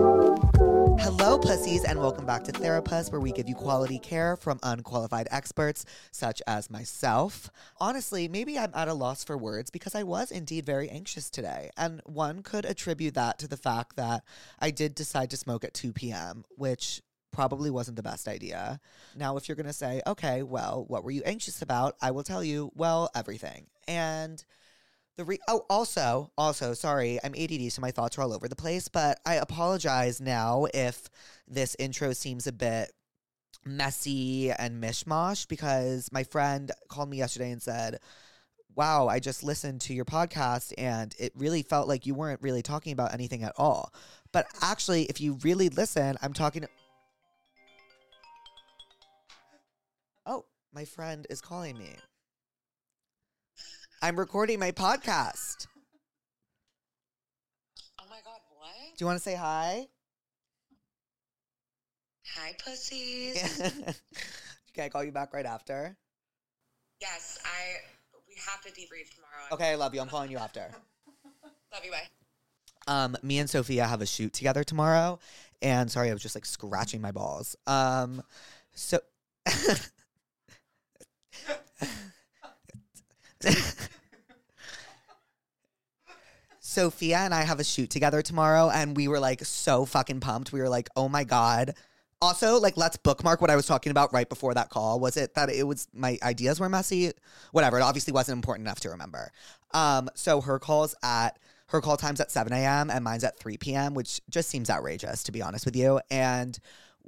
Hello, pussies, and welcome back to Therapist, where we give you quality care from unqualified experts such as myself. Honestly, maybe I'm at a loss for words because I was indeed very anxious today. And one could attribute that to the fact that I did decide to smoke at 2 p.m., which probably wasn't the best idea. Now, if you're going to say, okay, well, what were you anxious about? I will tell you, well, everything. And the re- oh, also, also, sorry, I'm ADD, so my thoughts are all over the place. But I apologize now if this intro seems a bit messy and mishmash because my friend called me yesterday and said, "Wow, I just listened to your podcast and it really felt like you weren't really talking about anything at all." But actually, if you really listen, I'm talking. Oh, my friend is calling me. I'm recording my podcast. Oh my god, what? Do you want to say hi? Hi, pussies. Can I call you back right after? Yes, I. We have to debrief tomorrow. I Okay, I love you. I'm calling you after. Love you. Bye. Um, me and Sophia have a shoot together tomorrow, and sorry, I was just like scratching my balls. Um, so. Sophia and I have a shoot together tomorrow, and we were like so fucking pumped. We were like, oh my God. Also, like, let's bookmark what I was talking about right before that call. Was it that it was my ideas were messy? Whatever. It obviously wasn't important enough to remember. Um, so her calls at her call time's at 7 a.m. and mine's at 3 p.m., which just seems outrageous, to be honest with you. And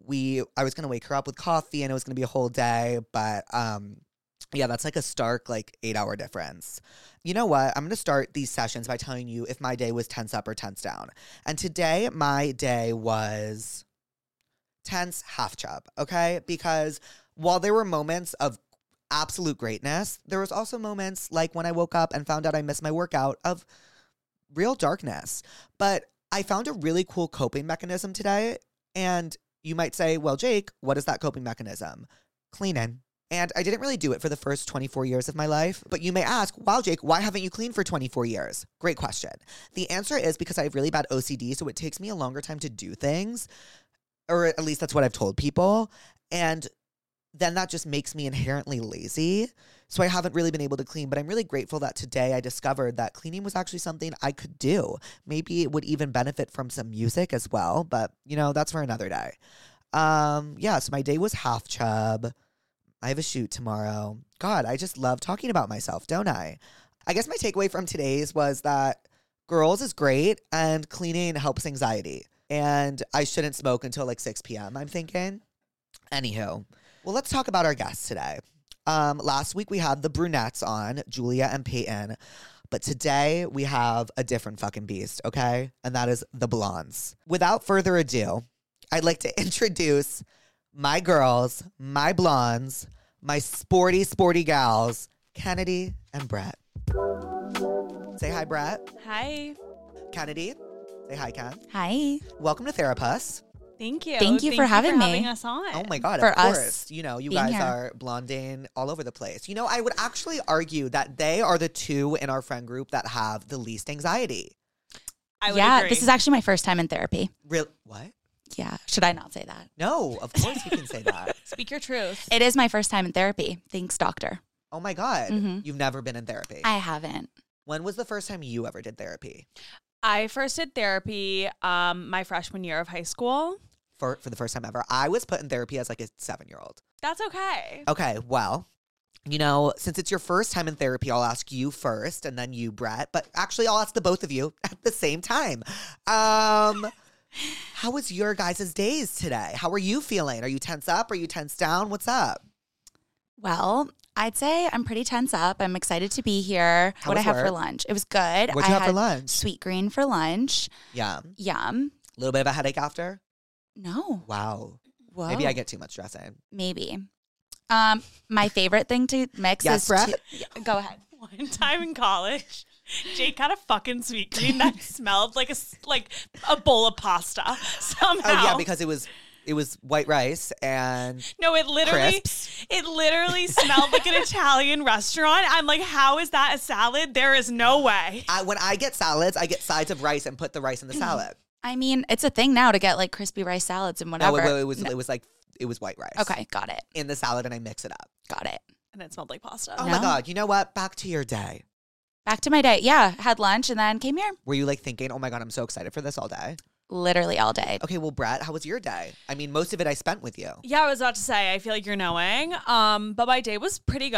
we, I was gonna wake her up with coffee and it was gonna be a whole day, but um, yeah, that's like a stark, like eight hour difference. You know what? I'm gonna start these sessions by telling you if my day was tense up or tense down. And today, my day was tense half chub, okay? Because while there were moments of absolute greatness, there was also moments like when I woke up and found out I missed my workout of real darkness. But I found a really cool coping mechanism today. And you might say, well, Jake, what is that coping mechanism? Cleaning. And I didn't really do it for the first 24 years of my life. But you may ask, wow, Jake, why haven't you cleaned for 24 years? Great question. The answer is because I have really bad OCD, so it takes me a longer time to do things, or at least that's what I've told people. And then that just makes me inherently lazy. So I haven't really been able to clean, but I'm really grateful that today I discovered that cleaning was actually something I could do. Maybe it would even benefit from some music as well, but you know, that's for another day. Um, yeah, so my day was half chub. I have a shoot tomorrow. God, I just love talking about myself, don't I? I guess my takeaway from today's was that girls is great and cleaning helps anxiety. And I shouldn't smoke until like 6 p.m., I'm thinking. Anywho, well, let's talk about our guests today. Um, last week we had the brunettes on, Julia and Peyton. But today we have a different fucking beast, okay? And that is the blondes. Without further ado, I'd like to introduce my girls, my blondes, my sporty, sporty gals, Kennedy and Brett. Say hi, Brett. Hi. Kennedy, say hi, Ken. Hi. Welcome to Therapus. Thank you. Thank you for having me. us on. Oh my God, of For us course. you know, you being guys here. are blonding all over the place. You know, I would actually argue that they are the two in our friend group that have the least anxiety. I would yeah, agree. this is actually my first time in therapy. Real what? Yeah, should I not say that? No, of course you can say that. speak your truth. It is my first time in therapy. Thanks, doctor. Oh my God. Mhm. You've never been in therapy. I haven't. when was the first time you ever did therapy? I first did therapy um, my freshman year of high school. For, for the first time ever, I was put in therapy as like a seven year old. That's okay. Okay, well, you know, since it's your first time in therapy, I'll ask you first and then you, Brett. But actually, I'll ask the both of you at the same time. Um, how was your guys' days today? How are you feeling? Are you tense up? Are you tense down? What's up? Well, I'd say I'm pretty tense up. I'm excited to be here. How what I was have for work? lunch? It was good. What'd you I have for had lunch? Sweet green for lunch. Yeah, a Yum. little bit of a headache after. No. Wow, Whoa. maybe I get too much dressing. Maybe. Um, my favorite thing to mix Yes, is Brett? two- Yeah, go ahead. One time in college, Jake had a fucking sweet green that smelled like a s- like a bowl of pasta somehow. Oh yeah, because it was it was white rice and No, it literally Crisps? it literally smelled like an Italian restaurant. I'm like, how is that a salad? There is no way. I, when I get salads, I get sides of rice and put the rice in the salad. I mean, it's a thing now to get like crispy rice salads and No, whatever. it, it was No. it was like it was white rice. Okay, got it. In the salad and I mix it up. Got it. And it smelled like pasta. Oh my No. god, you know what? Back to your day. Back to my day. Yeah, had lunch and then came here Were you like thinking, "Oh my god, I'm so excited for this all day?" literally all day. Okay, well, Brett, how was your day? I mean, most of it I spent with you. Yeah, I was about to say, I feel like you're knowing. Um, but my day was pretty good.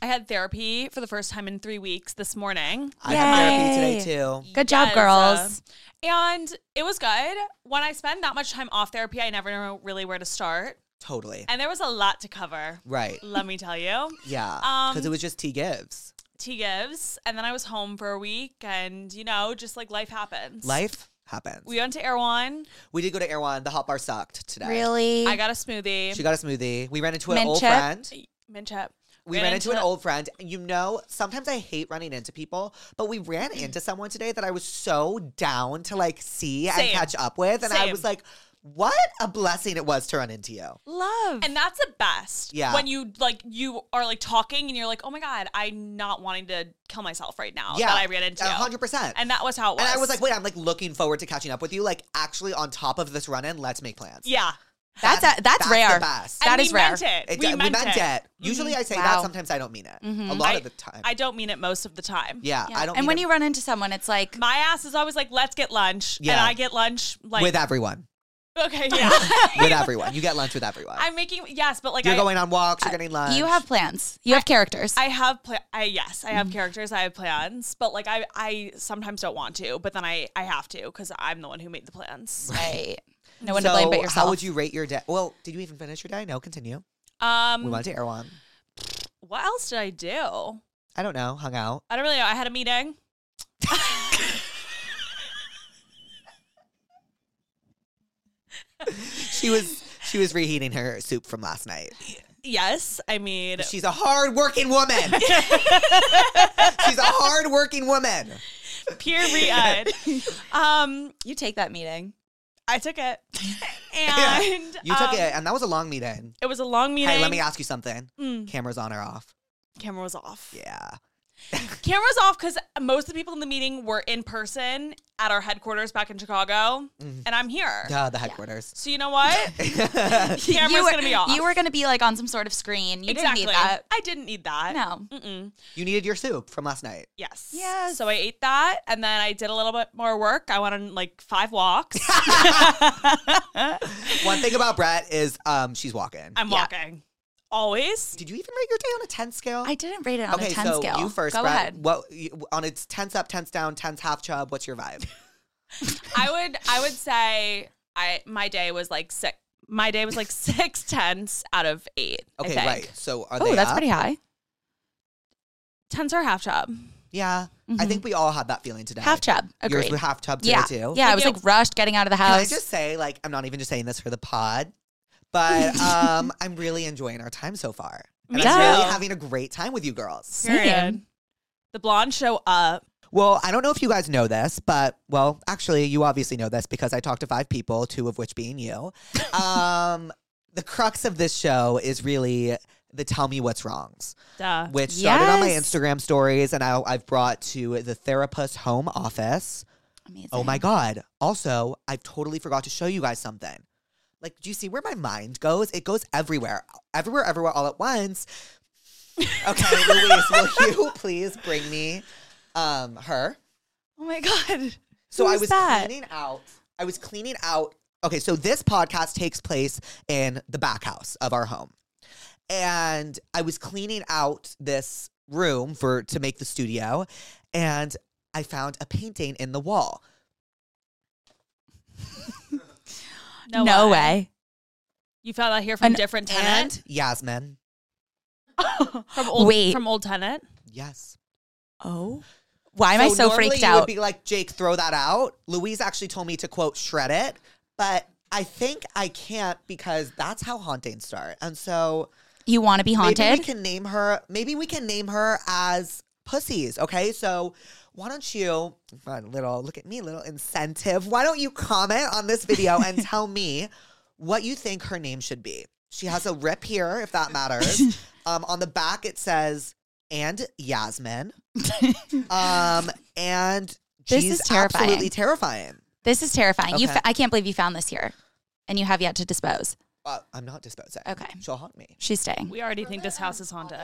I had therapy for the first time in three weeks this morning. I had Yay. therapy today too. Good job, Yes, girls. uh, and it was good. When I spend that much time off therapy, I never know really where to start. Totally. And there was a lot to cover, Right. let me tell you. Yeah. Um, Because it was just T Gibbs. T gives. And then I was home for a week and, you know, just like life happens. Life happens. We went to Erewhon. We did go to Erewhon. The hot bar sucked today. Really? I got a smoothie. She got a smoothie. We ran into an Mint old chip? friend. mint chip. We ran into an old friend. You know, sometimes I hate running into people, but we ran Mm. into someone today that I was so down to like see and Same. catch up with. And I Same. Oh, was like, what a blessing it was to run into you. love. And that's the best. Yeah. When you like you are like talking and you're like, oh my god, I'm not wanting to kill myself right now that I ran into. you." 100%. And that was how it was. And I was like, wait, I'm like looking forward to catching up with you. Like, actually, on top of this run in, let's make plans. yeah. that's a, that's, that's rare. The best. That and is we rare. Meant it. It- we, meant it. Mm-hmm. Usually I say Wow. that, sometimes I don't mean it. A lot I- of the time. I don't mean it most of the time. yeah, Yeah. I don't and mean when it you run into someone, it's like My ass is always like, let's get lunch. And Yeah. I get lunch like with everyone. Okay, yeah. With everyone. You get lunch with everyone. I'm making yes, but like you're I going on walks, you're getting lunch. you have plans. You have characters. I have pla- I yes, I Mm-hmm. have characters, I have plans, but like I I sometimes don't want to, but then I I have to cuz I'm the one who made the plans. right. No one so to blame but yourself. How would you rate your day? Well, did you even finish your day? No, continue. Um Mm. We went to Erewhon. what else did I do? I don't know. Hung out. I don't really know. I had a meeting. She was she was reheating her soup from last night. Yes, I mean She's a hard working woman. She's a hard working woman. period. um, You take that meeting. I took it, and You took um, it, and that was a long meeting. It was a long meeting. Hey, let me ask you something. Mm, Cameras on or off? camera was off. Yeah. Camera was off because most of the people in the meeting were in person at our headquarters back in Chicago, Mhm. and I'm here. Duh, the headquarters. So you know what? Camera's you were, gonna be off. You were gonna be like on some sort of screen. You exactly. didn't need that. I didn't need that. No. Mm-mm. you needed your soup from last night. Yes. Yes. So I ate that, and then I did a little bit more work. I went on like five walks. One thing about Brett is um, she's walking. I'm Yeah. walking. Always. Did you even rate your day on a 10 scale? I didn't rate it on okay, a ten so scale. you first, Go Brett. ahead. What you- on its tens up, tens down, tens half chub? What's your vibe? I would I would say I my day was like six my day was like six tenths out of eight. I Okay, think. right. So are Oh, they? that's up? pretty high. Tenths are half job. Yeah, I Mhm. think we all had that feeling today. Half chub. Yours Agreed. was half chub today yeah. too. Like Yeah, I was it- like rushed getting out of the Can I house. just say, like, I'm not even just saying this for the pod, but um, I'm really enjoying our time so far. And Me I'm really too. having a great time with you girls. Period. The blondes show up. Well, I don't know if you guys know this, but well, actually, you obviously know this because I talked to five people, two of which being you. Um, the crux of this show is really the tell me what's wrongs, Duh. which started on my Yes. Instagram stories and I, I've brought to the therapist's home office. Amazing. Oh my God. Also, I've totally forgot to show you guys something. Like, do you see where my mind goes? It goes everywhere, everywhere, everywhere, all at once. Okay, Louise, will you please bring me um, her? Oh my god. So I Who's was that? cleaning out. I was cleaning out. Okay, so this podcast takes place in the back house of our home. And I was cleaning out this room for to make the studio and I found a painting in the wall. No, way. You found out here from An- different tenant? And Yasmin. From old Wait. from old tenant? Yes. Oh. Why am I so normally freaked you out? Would be like Jake, throw that out. Louise actually told me to quote shred it, but I think I can't because that's how hauntings start. And so you want to be Maybe haunted? we can name her. Maybe we can name her as pussies. Okay, so why don't you fun little look at me, little incentive? Why don't you comment on this video and tell me what you think her name should be. She has a rip here, if that matters. um, on the back, it says, and Yasmin. um, and This she's is terrifying. absolutely terrifying. This is terrifying. You, Okay. fa- I can't believe you found this here, and you have yet to dispose. Well, I'm not disposing. Okay. She'll haunt me. She's staying. We already think this house is haunted.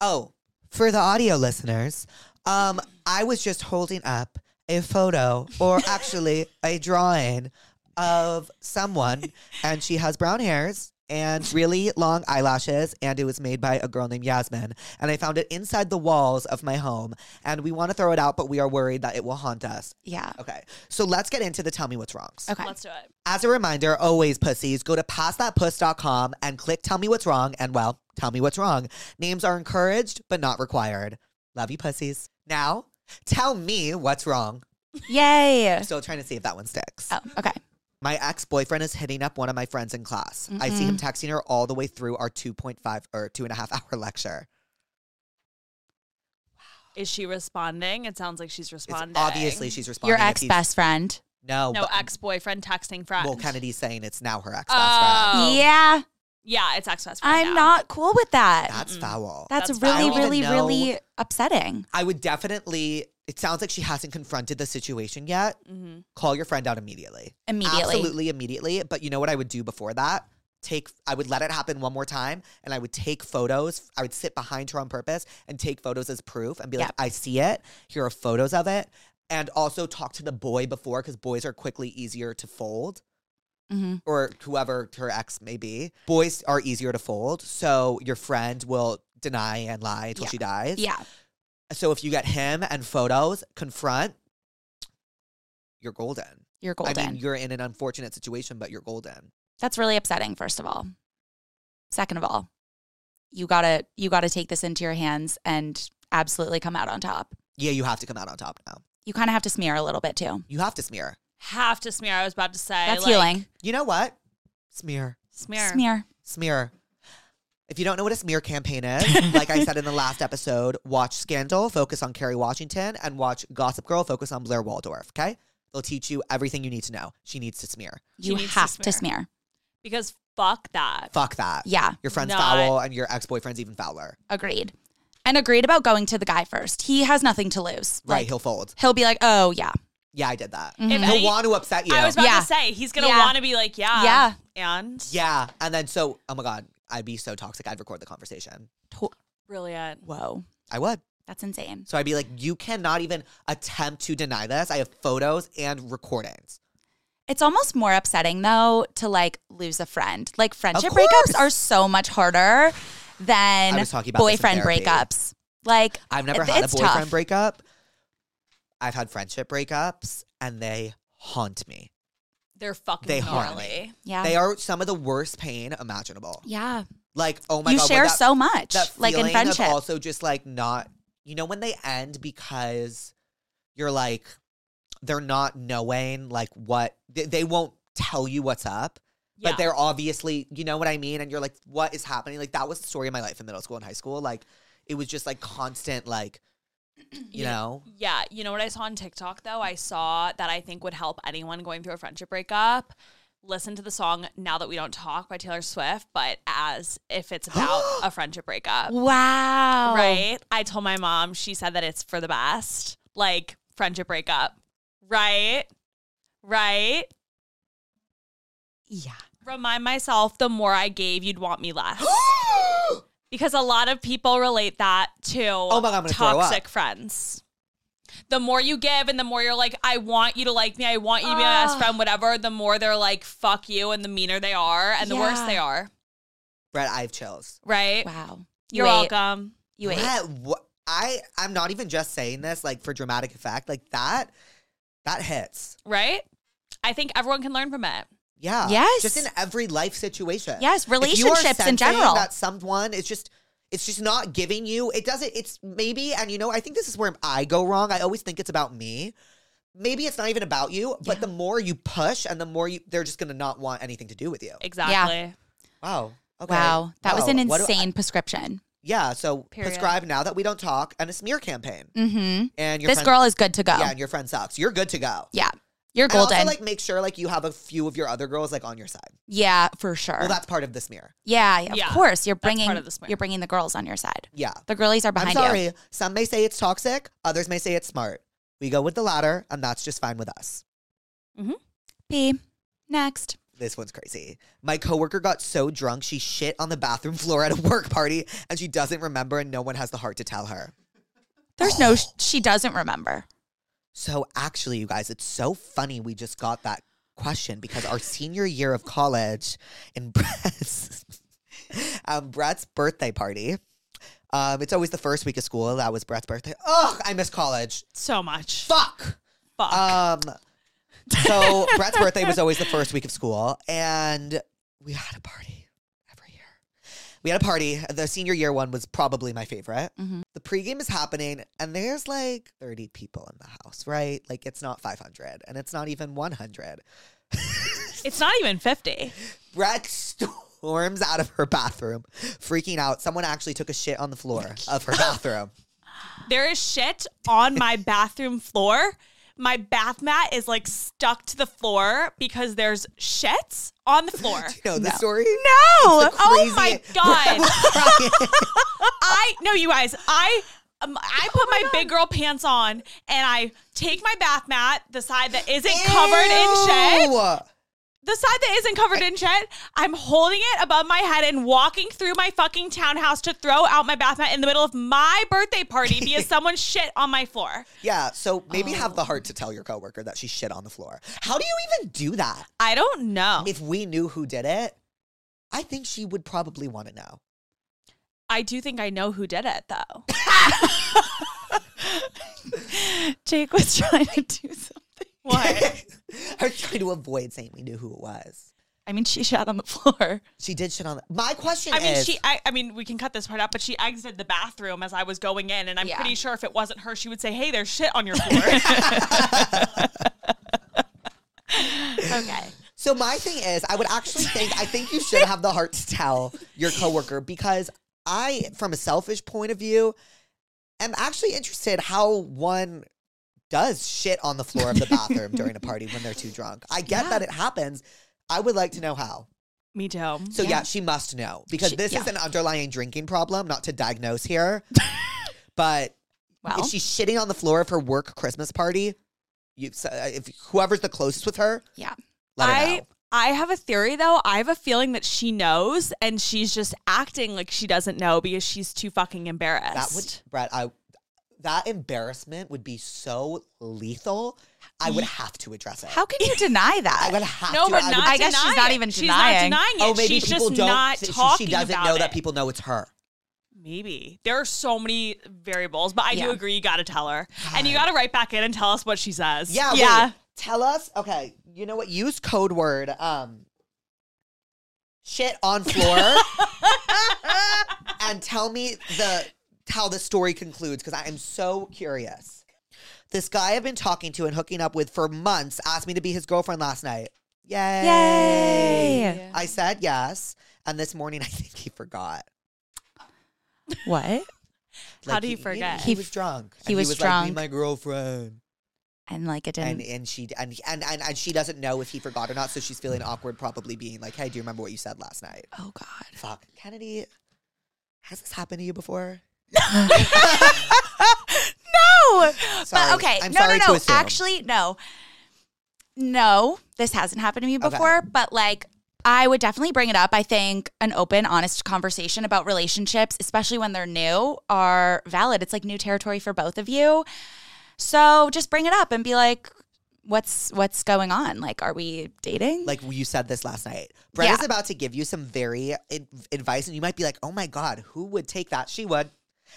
Oh, for the audio listeners, um, I was just holding up a photo or actually a drawing of someone, and she has brown hairs and really long eyelashes, and it was made by a girl named Yasmin. And I found it inside the walls of my home, and we want to throw it out, but we are worried that it will haunt us. Yeah. Okay, so let's get into the tell me what's wrongs. Okay. Let's do it. As a reminder, always pussies, go to passthatpuss.com and click tell me what's wrong and well, tell me what's wrong. Names are encouraged but not required. Love you pussies. Now, tell me what's wrong. Yay. I'm still trying to see if that one sticks. Oh, okay. My ex-boyfriend is hitting up one of my friends in class. I see him texting her all the way through our 2.5 or two and a half hour lecture. Is she responding? It sounds like she's It's responding. obviously she's responding. Your if he's- ex best friend. No, No but- ex boyfriend texting friend. Well, Kennedy's saying it's now her ex-best friend. Oh. Yeah. Yeah. Yeah, it's ex best friend. I'm now. not cool with that. That's foul. That's, That's really, foul. really, I don't really upsetting. I would definitely. It sounds like she hasn't confronted the situation yet. Mhm. Call your friend out immediately. Immediately. Absolutely immediately. But you know what I would do before that? Take I would let it happen one more time and I would take photos. I would sit behind her on purpose and take photos as proof and be like, Yep. I see it. Here are photos of it. And also talk to the boy before because boys are quickly easier to fold hmm or whoever her ex may be. Boys are easier to fold. So your friend will deny and lie until Yeah. she dies. Yeah. So if you get him and photos, confront, you're golden. You're golden. I mean, you're in an unfortunate situation, but you're golden. That's really upsetting, first of all. Second of all, you gotta you gotta take this into your hands and absolutely come out on top. Yeah, you have to come out on top now. You kinda have to smear a little bit too. You have to smear. Have to smear. I was about to say. That's like, healing. You know what? Smear. Smear. Smear. Smear. If you don't know what a smear campaign is, like I said in the last episode, watch Scandal, focus on Kerry Washington, and watch Gossip Girl, focus on Blair Waldorf, okay? They'll teach you everything you need to know. She needs to smear. She You needs to have to smear. Because fuck that. Fuck that. Yeah, Your friend's Not- foul and your ex boyfriend's even fouler. agreed. And agreed about going to the guy first. He has nothing to lose. Right, Like, he'll fold. he'll be like, Oh yeah. Yeah, I did that. Mm-hmm. If He'll any- want to upset you. I was about Yeah. to say he's gonna Yeah. want to be like, yeah, Yeah. and Yeah. And then so, oh my God, I'd be so toxic. I'd record the conversation. To- brilliant. Whoa. I would. That's insane. So I'd be like, you cannot even attempt to deny this. I have photos and recordings. It's almost more upsetting though to like lose a friend. Like friendship course. breakups are so much harder I than was talking about this in boyfriend therapy. breakups. Like I've never It- had a it's boyfriend tough. breakup. I've had friendship breakups and they haunt me. They're fucking They haunt gnarly. me. yeah. They are some of the worst pain imaginable. yeah. Like, oh my you God. when share that- so much. that Like in feeling friendship. Of also just like not, you know, when they end because you're like, they're not knowing like what, they, they won't tell you what's up. Yeah. but they're obviously, you know what I mean? And you're like, what is happening? Like, that was the story of my life in middle school and high school. Like, it was just like constant, like, you know, Yeah, you know what I saw on TikTok though? I saw that I think would help anyone going through a friendship breakup. Listen to the song Now That We Don't Talk by Taylor Swift, but as if it's about a friendship breakup. wow. Right? I told my mom, she said that it's for the best. Like friendship breakup. Right? Right? Yeah. Remind myself the more I gave, you'd want me less. because a lot of people relate that to Oh my God, I'm gonna throw up. toxic friends. The more you give and the more you're like, I want you to like me, I want you to be my best Ah. friend, whatever, the more they're like, fuck you, and the meaner they are and the worse Yeah. they are. Brett, I have chills. Right? Wow. You You're ate. welcome. You ate. Brett, wha- I, I'm not even just saying this like for dramatic effect. Like, that, that hits. Right? I think everyone can learn from it. Yeah. Yes. Just in every life situation. Yes, If you are relationships in sensing general. That someone is just it's just not giving you it doesn't it's maybe and you know I think this is where I go wrong. I always think it's about me. Maybe it's not even about you, but the more you push and the more you they're just gonna not want anything to do with you. Exactly. Wow. Okay. Wow. That was Wow. an What do I- insane prescription. yeah. So Period. prescribe now that we don't talk and a smear campaign. Mm-hmm. And your This friend, girl is good to go. Yeah, and your friend sucks. You're good to go. Yeah. You're And golden. also, like, make sure like you have a few of your other girls like on your side. yeah, for sure. Well, that's part of this mirror. yeah, yeah, of Yeah, course. You're part bringing of this mirror. you're bringing the girls on your side. Yeah. The girlies are behind I'm sorry. you. Some may say it's toxic. Others may say it's smart. We go with the latter, and that's just fine with us. B. Next. This one's crazy. My coworker got so drunk she shit on the bathroom floor at a work party, and she doesn't remember, and no one has the heart to tell her. There's Oh. no she doesn't remember. So actually, you guys, it's so funny we just got that question because our senior year of college in Brett's um, Brett's birthday party. Um, it's always the first week of school. That was Brett's birthday. Oh, I miss college. So much. Fuck. Fuck. Um, so Brett's birthday was always the first week of school, and we had a party every year. We had a party. The senior year one was probably my favorite. Mm-hmm. Mhm. The pregame is happening, and there's like 30 people in the house, right? Like it's not 500, and it's not even 100. it's not even 50. Brett storms out of her bathroom, freaking out. Someone actually took a shit on the floor of her bathroom. There is shit on my bathroom floor. My bath mat is like stuck to the floor because there's shit on the floor. Do you know the story? No. The Oh my crazy- Brett god. was crying. I no, you guys. I um, I put my, big girl pants on and I take my bath mat, the side that isn't covered in shit, Ew. the side that isn't covered in shit. I'm holding it above my head and walking through my fucking townhouse to throw out my bath mat in the middle of my birthday party because someone shit on my floor. Yeah, so maybe have the Oh. heart to tell your coworker that she shit on the floor. How do you even do that? I don't know. If we knew who did it, I think she would probably want to know. I do think I know who did it though. Jake was trying to do something. What? I was trying to avoid saying we knew who it was. I mean, she shot on the floor. She did shit on the. My question I mean, is, she. I, I mean, we can cut this part out, but she exited the bathroom as I was going in, and I'm Yeah. pretty sure if it wasn't her, she would say, "Hey, there's shit on your floor." Okay. So my thing is, I would actually think I think you should have the heart to tell your coworker because I, from a selfish point of view, am actually interested how one does shit on the floor of the bathroom during a party when they're too drunk. I get Yeah. that it happens. I would like to know how. Me too. So yeah, Yeah. she must know because She- this is yeah. an underlying drinking problem, not to diagnose here. but Well, if she's shitting on the floor of her work Christmas party, you so, uh, if whoever's the closest with her, yeah. let her I know. I have a theory though. I have a feeling that she knows, and she's just acting like she doesn't know because she's too fucking embarrassed. That would, Brett, I, that embarrassment would be so lethal. I would have to address it. How can you deny I that? would have no, to. but I not. would- I guess she's denying not it. even she's denying. Not denying it. oh, maybe she's people just don't. not she, talking she doesn't about know it. that people know it's her. Maybe there are so many variables, but I do Yeah. agree. You got to tell her, and you got to write back in and tell us what she says. Yeah, yeah. yeah. Tell us. Okay, you know what? Use code word. Um, shit on floor, and tell me the how the story concludes because I am so curious. This guy I've been talking to and hooking up with for months asked me to be his girlfriend last night. Yay! Yay. I said yes, and this morning I think he forgot. What? How do you forget? He, He was f- drunk. he and was was Like, drunk. be my girlfriend. And like it and didn't. and she and, and and and she doesn't know if he forgot or not, so she's feeling awkward, probably being like, "Hey, do you remember what you said last night?" oh God. Fuck, Kennedy, has this happened to you before? No. Sorry. But okay. I'm no, sorry to no, no. assume. Actually, no. No, this hasn't happened to me before, but like I would definitely bring it up. I think an open, honest conversation about relationships, especially when they're new, are valid. It's like new territory for both of you. So just bring it up and be like, what's what's going on? Like, are we dating? Like you said this last night. Brett Yeah. is about to give you some very in- advice, and you might be like, "Oh my god, who would take that?" She would,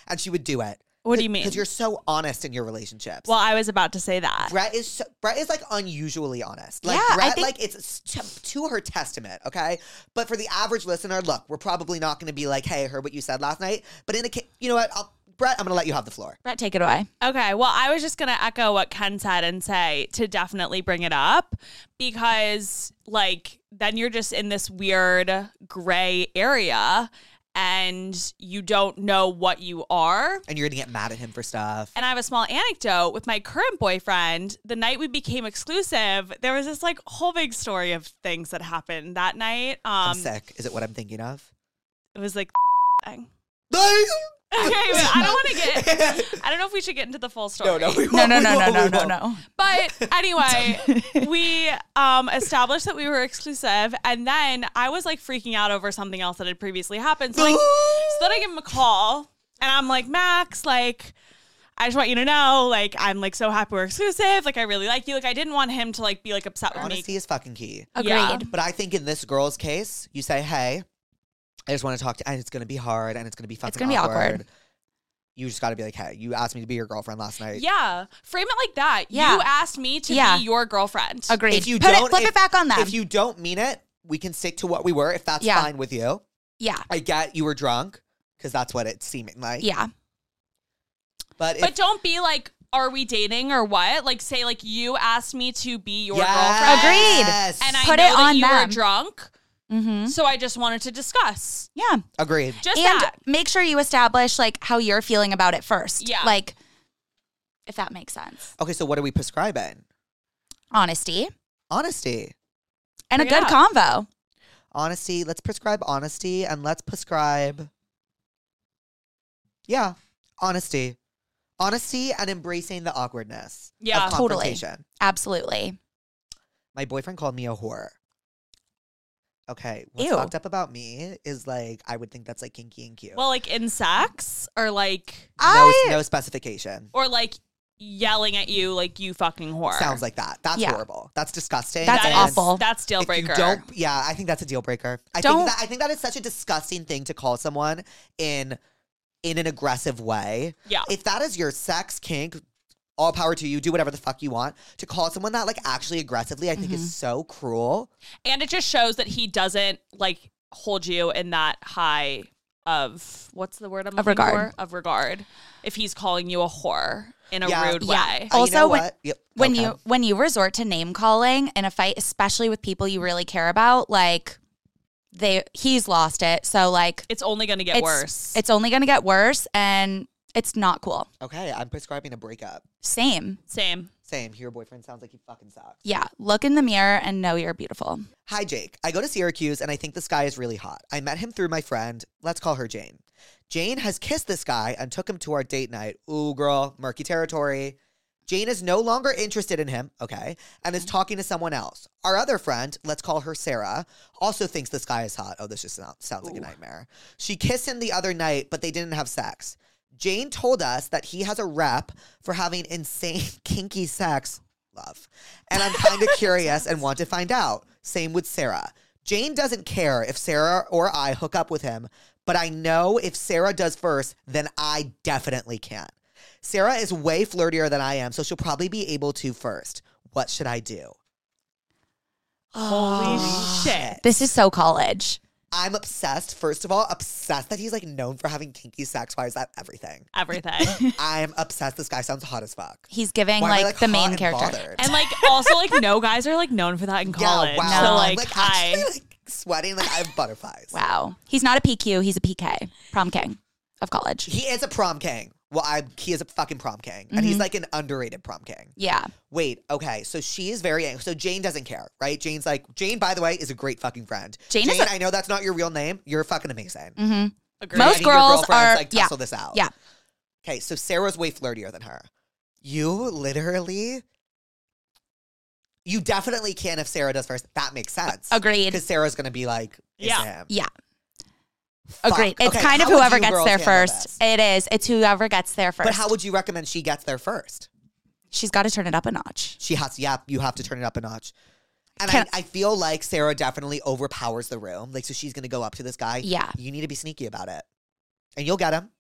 and she would do it. What do you mean? Because you're so honest in your relationships. Well, I was about to say that. Brett is so, Brett is like unusually honest. Like Yeah, I Brett, think- like it's to, to her testament, okay. But for the average listener, look, we're probably not going to be like, "Hey, I heard what you said last night." But in a, ca- you know what, I'll, Brett, I'm going to let you have the floor. Brett, take it away. Okay. Well, I was just going to echo what Ken said and say to definitely bring it up because, like, then you're just in this weird gray area and you don't know what you are. and you're gonna get mad at him for stuff. And I have a small anecdote with my current boyfriend. The night we became exclusive, there was this like whole big story of things that happened that night. I'm Um, sick. Is it what I'm thinking of? it was like thing. I Okay, wait, I don't want to get. I don't know if we should get into the full story. no, no, we won't. No, no, no, we no, won't, no, we no, won't. no. But anyway, we um, established that we were exclusive, and then I was like freaking out over something else that had previously happened. So, like, so then I give him a call, and I'm like, Max, like, I just want you to know, like, I'm like so happy we're exclusive. Like, I really like you. Like, I didn't want him to like be like upset with me. Honesty is fucking key. Agreed. Yeah. But I think in this girl's case, you say, "Hey, I just want to talk to," and it's gonna be hard, and it's gonna be fucking. gonna be awkward. You just got to be like, "Hey, you asked me to be your girlfriend last night." Yeah, frame it like that. Yeah. You asked me to Yeah. be your girlfriend. Agreed. If you Put don't, it, flip if- it back on them. If you don't mean it, we can stick to what we were. If that's Yeah. fine with you, yeah. I get you were drunk because that's what it's seeming like. Yeah. But if But don't be like, are we dating or what? Like, say like you asked me to be your girlfriend. yes. Agreed. And I Put know it that on you them. were drunk, Mm-hmm. so I just wanted to discuss. Yeah. agreed. Just and that. make sure you establish like how you're feeling about it first. Yeah. Like, if that makes sense. Okay, so what are we prescribing? Honesty Honesty. and Bring a it good convo. Honesty. Let's prescribe honesty and let's prescribe. Yeah, honesty. Honesty and embracing the awkwardness. of Yeah. Totally. confrontation. Absolutely. My boyfriend called me a whore. Okay, what's Ew. fucked up about me is like I would think that's like kinky and cute. Well, like in sex or like no, I- no specification. or like yelling at you like you fucking whore. Sounds like that. That's Yeah. horrible. That's disgusting. That's and That is- awful. That's deal if you breaker. don't, yeah, I think that's a deal breaker. I Don't- think that I think that is such a disgusting thing to call someone in in an aggressive way. yeah. If that is your sex kink, all power to you. Do whatever the fuck you want. To call someone that like actually aggressively, I think Mm-hmm. is so cruel. And it just shows that he doesn't like hold you in that high of what's the word I'm looking regard. for? Of regard. If he's calling you a whore in a Yeah. rude Yeah. way. Uh, you Also, know when- what? Yep, When okay. you when you resort to name calling in a fight, especially with people you really care about, like they he's lost it. So like It's only gonna get it's worse. it's only gonna get worse and it's not cool. okay, I'm prescribing a breakup. Same. same. Same. Your boyfriend sounds like he fucking sucks. Yeah. Look in the mirror and know you're beautiful. Hi, Jake. I go to Syracuse and I think this guy is really hot. I met him through my friend. Let's call her Jane. Jane has kissed this guy and took him to our date night. Ooh, girl, murky territory. Jane is no longer interested in him, okay, and is talking to someone else. Our other friend, let's call her Sarah, also thinks this guy is hot. Oh, this just sounds, sounds like a nightmare. She kissed him the other night, but they didn't have sex. Jane told us that he has a rep for having insane kinky sex love. And I'm kind of curious and want to find out. Same with Sarah. Jane doesn't care if Sarah or I hook up with him, but I know if Sarah does first, then I definitely can't. Sarah is way flirtier than I am, so she'll probably be able to first. What should I do? Oh, Holy shit. This is so college. I'm obsessed, first of all, obsessed that he's like known for having kinky sex. Why is that everything? Everything. I'm obsessed. This guy sounds hot as fuck. He's giving Why am I, like, the hot main and character. bothered? and like also like no guys are like known for that in college. wow. So No. like, I'm like hi. actually like sweating, like I have butterflies. Wow. He's not a PQ, he's a PK, prom king of college. He is a prom king. Well, I he is a fucking prom king, and Mm-hmm. he's like an underrated prom king. Yeah. Wait, okay, so she is very angry. So Jane doesn't care, right? Jane's like Jane. By the way, is a great fucking friend. Jane is Jane a- I know that's not your real name. You're fucking amazing. hmm Agreed. Most I need your girls girlfriends, are- like yeah, tussle this out. yeah. Okay, so Sarah's way flirtier than her. You literally, you definitely can if Sarah does first. That makes sense. Agreed. Because Sarah's gonna be like, it's Yeah. him. Yeah. Fuck. Agreed. It's Okay, kind of how would whoever you gets girls there handle first. this? It is. It's whoever gets there first. But how would you recommend she gets there first? She's got to turn it up a notch. She has to, yeah, you have to turn it up a notch. And I, Can- I feel like Sarah definitely overpowers the room. Like, so she's going to go up to this guy. Yeah. You need to be sneaky about it. And you'll get him.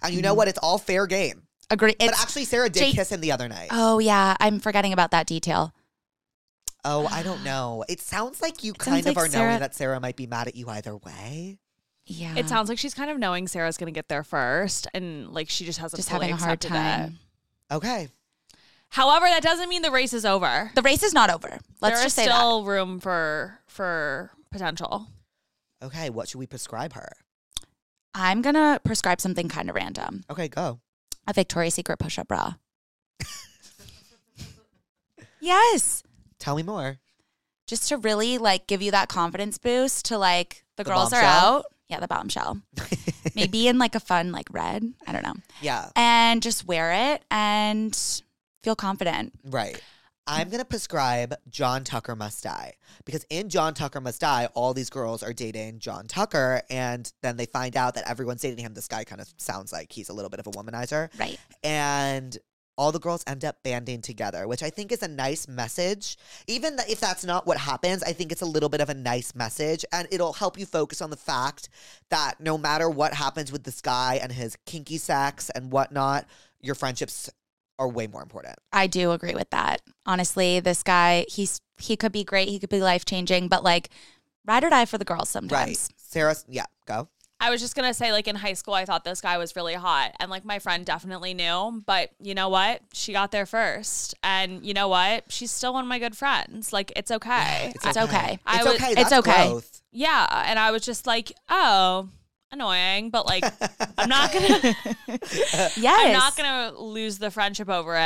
And you know what? It's all fair game. Agree. But Mm-hmm. It's, actually, Sarah did Jake- kiss him the other night. oh yeah, I'm forgetting about that detail. oh, I don't know. It sounds like you sounds kind of like are Sarah- knowing that Sarah might be mad at you either way. Yeah. It sounds like she's kind of knowing Sarah's gonna get there first, and like she just hasn't just fully having a hard accepted it. time. Okay. However, that doesn't mean the race is over. The race is not over. Let's there just is say that. still room for for potential. Okay. What should we prescribe her? I'm going to prescribe something kind of random Okay, go. a Victoria's Secret push up bra. yes. Tell me more. Just to really like give you that confidence boost to like the, The girls are bombshell? out. Yeah, the bombshell. Maybe in like a fun like red. I don't know. Yeah, And just wear it and feel confident. right. I'm gonna prescribe John Tucker Must Die because in John Tucker Must Die, all these girls are dating John Tucker, and then they find out that everyone's dating him. This guy kind of sounds like he's a little bit of a womanizer. Right. and all the girls end up banding together, which I think is a nice message. Even th- if that's not what happens, I think it's a little bit of a nice message and it'll help you focus on the fact that no matter what happens with this guy and his kinky sex and whatnot, your friendships are way more important. I do agree with that. Honestly, this guy, he's he could be great, he could be life changing, but like ride or die for the girls sometimes. Sarah, yeah, go. I was just gonna say, like in high school, I thought this guy was really hot, and like my friend definitely knew. But you know what? She got there first, and you know what? She's still one of my good friends. Like it's okay. I- It's okay. It's I would- okay. it's That's okay. growth. yeah, and I was just like, oh, annoying, but like I'm not gonna, Yes. I'm not gonna lose the friendship over it,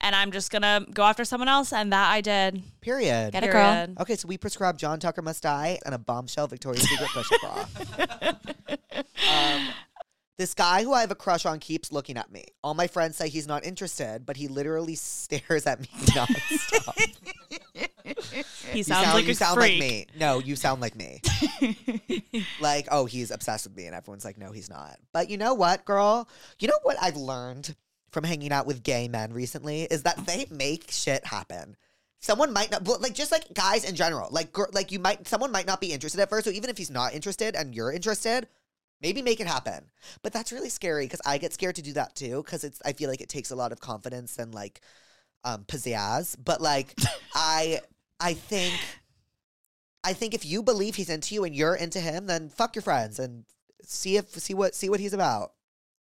and I'm just gonna go after someone else, and that I did. Period. Get it, girl. Period. Okay, so we prescribe John Tucker Must Die and a bombshell Victoria's Secret push bra. um, this guy who I have a crush on keeps looking at me. All my friends say he's not interested, but he literally stares at me nonstop. You He sounds like you a sound like freak. me. No, you sound like me. like, oh, he's obsessed with me, and everyone's like, no, he's not. But you know what, girl? You know what I've learned from hanging out with gay men recently is that they make shit happen. Someone might not, well, like just like guys in general, like gir- like you might, someone might not be interested at first. So even if he's not interested and you're interested, maybe make it happen. But that's really scary because I get scared to do that too because it's I feel like it takes a lot of confidence and like um, pizzazz. But like I I think I think if you believe he's into you and you're into him, then fuck your friends and see if see what see what he's about.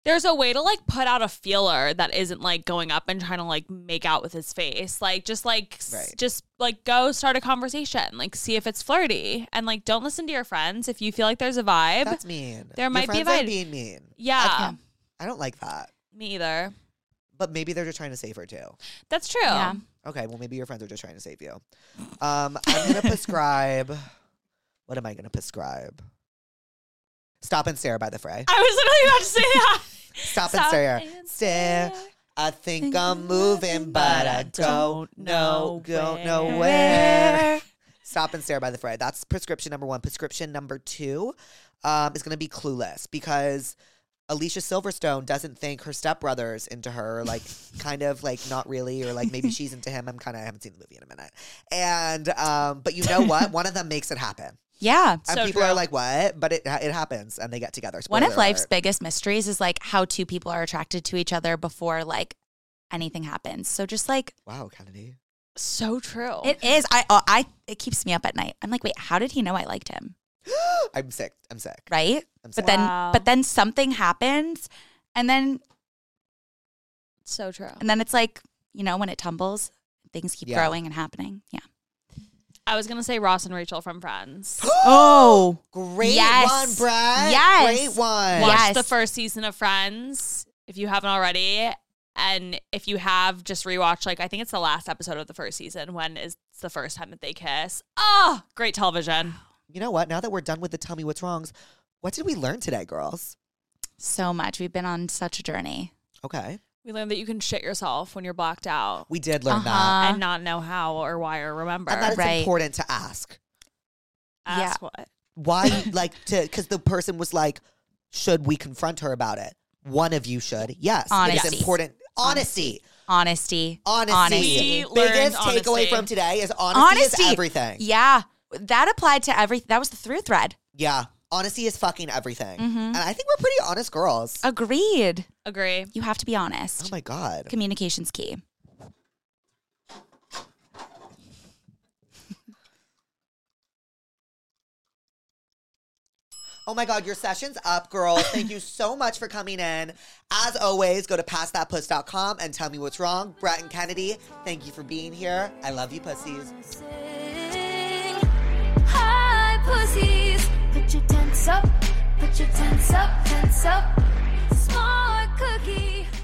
There's a way to like put out a feeler that isn't like going up and trying to like make out with his face. Like just like s- Right. just like go start a conversation. Like see if it's flirty and like don't listen to your friends if you feel like there's a vibe. That's mean. There Your might be a friends are vibe. being mean. yeah, Yeah. I don't like that. me either. But maybe they're just trying to save her too. That's true. Yeah. Okay, well maybe your friends are just trying to save you. Um, I'm gonna prescribe. What am I gonna prescribe? Stop and stare by the fray. I was literally about to say that. Stop, and Stop stare. and stare. stare. I think, Think I'm I'm moving, moving, but but I I don't don't know, know don't know where. where. Stop and stare by the fray. That's prescription number one. Prescription number two um, is going to be clueless because Alicia Silverstone doesn't think her stepbrother's into her, like kind of like not really, or like maybe she's into him. I'm kind of I haven't seen the movie in a minute, and um, but you know what? One of them makes it happen, Yeah. and So people are true. like, "What?" But it it happens, and they get together. One of Spoiler life's alert. biggest mysteries is like how two people are attracted to each other before like anything happens. So just like wow, Kennedy. So true. it is I oh, I it keeps me up at night. I'm like, "Wait, how did he know I liked him?" I'm sick. I'm sick. Right? I'm sick. But then Wow. but then something happens and then so true. and then it's like, you know, when it tumbles, things keep Yeah. growing and happening. Yeah. I was gonna say Ross and Rachel from Friends. Oh. Great Yes. one, Brad. Yes. Great one. Watch Yes. the first season of Friends if you haven't already. And if you have, just rewatch, like, I think it's the last episode of the first season when is it's the first time that they kiss. Oh, great television. You know what? Now that we're done with the tell me what's wrongs, what did we learn today, girls? So much. We've been on such a journey. Okay. We learned that you can shit yourself when you're blacked out We did learn that. Uh-huh. and not know how or why or remember. And that it's Right. important to ask. Ask what? Why, you- like, to, because the person was like, should we confront her about it? One of you should. Yes. It Honesty. is important. Honesty. Honesty. Honesty. Honesty. We Biggest learned takeaway honesty. from today is honesty, is Honesty. everything. Yeah. Yeah. That applied to every that was the through thread. Honesty is fucking everything. Mm-hmm. And I think we're pretty honest girls. Agreed. Agree. You have to be honest. oh my God. Communication's key. Oh my God, your session's up, girls. Thank you so much for coming in. As always, go to passthatpuss.com and tell me what's wrong. Brett and Kennedy, thank you for being here. I love you, pussies. Hi, pussies. Put your tents up Put your tents up, tents up. S'more cookie.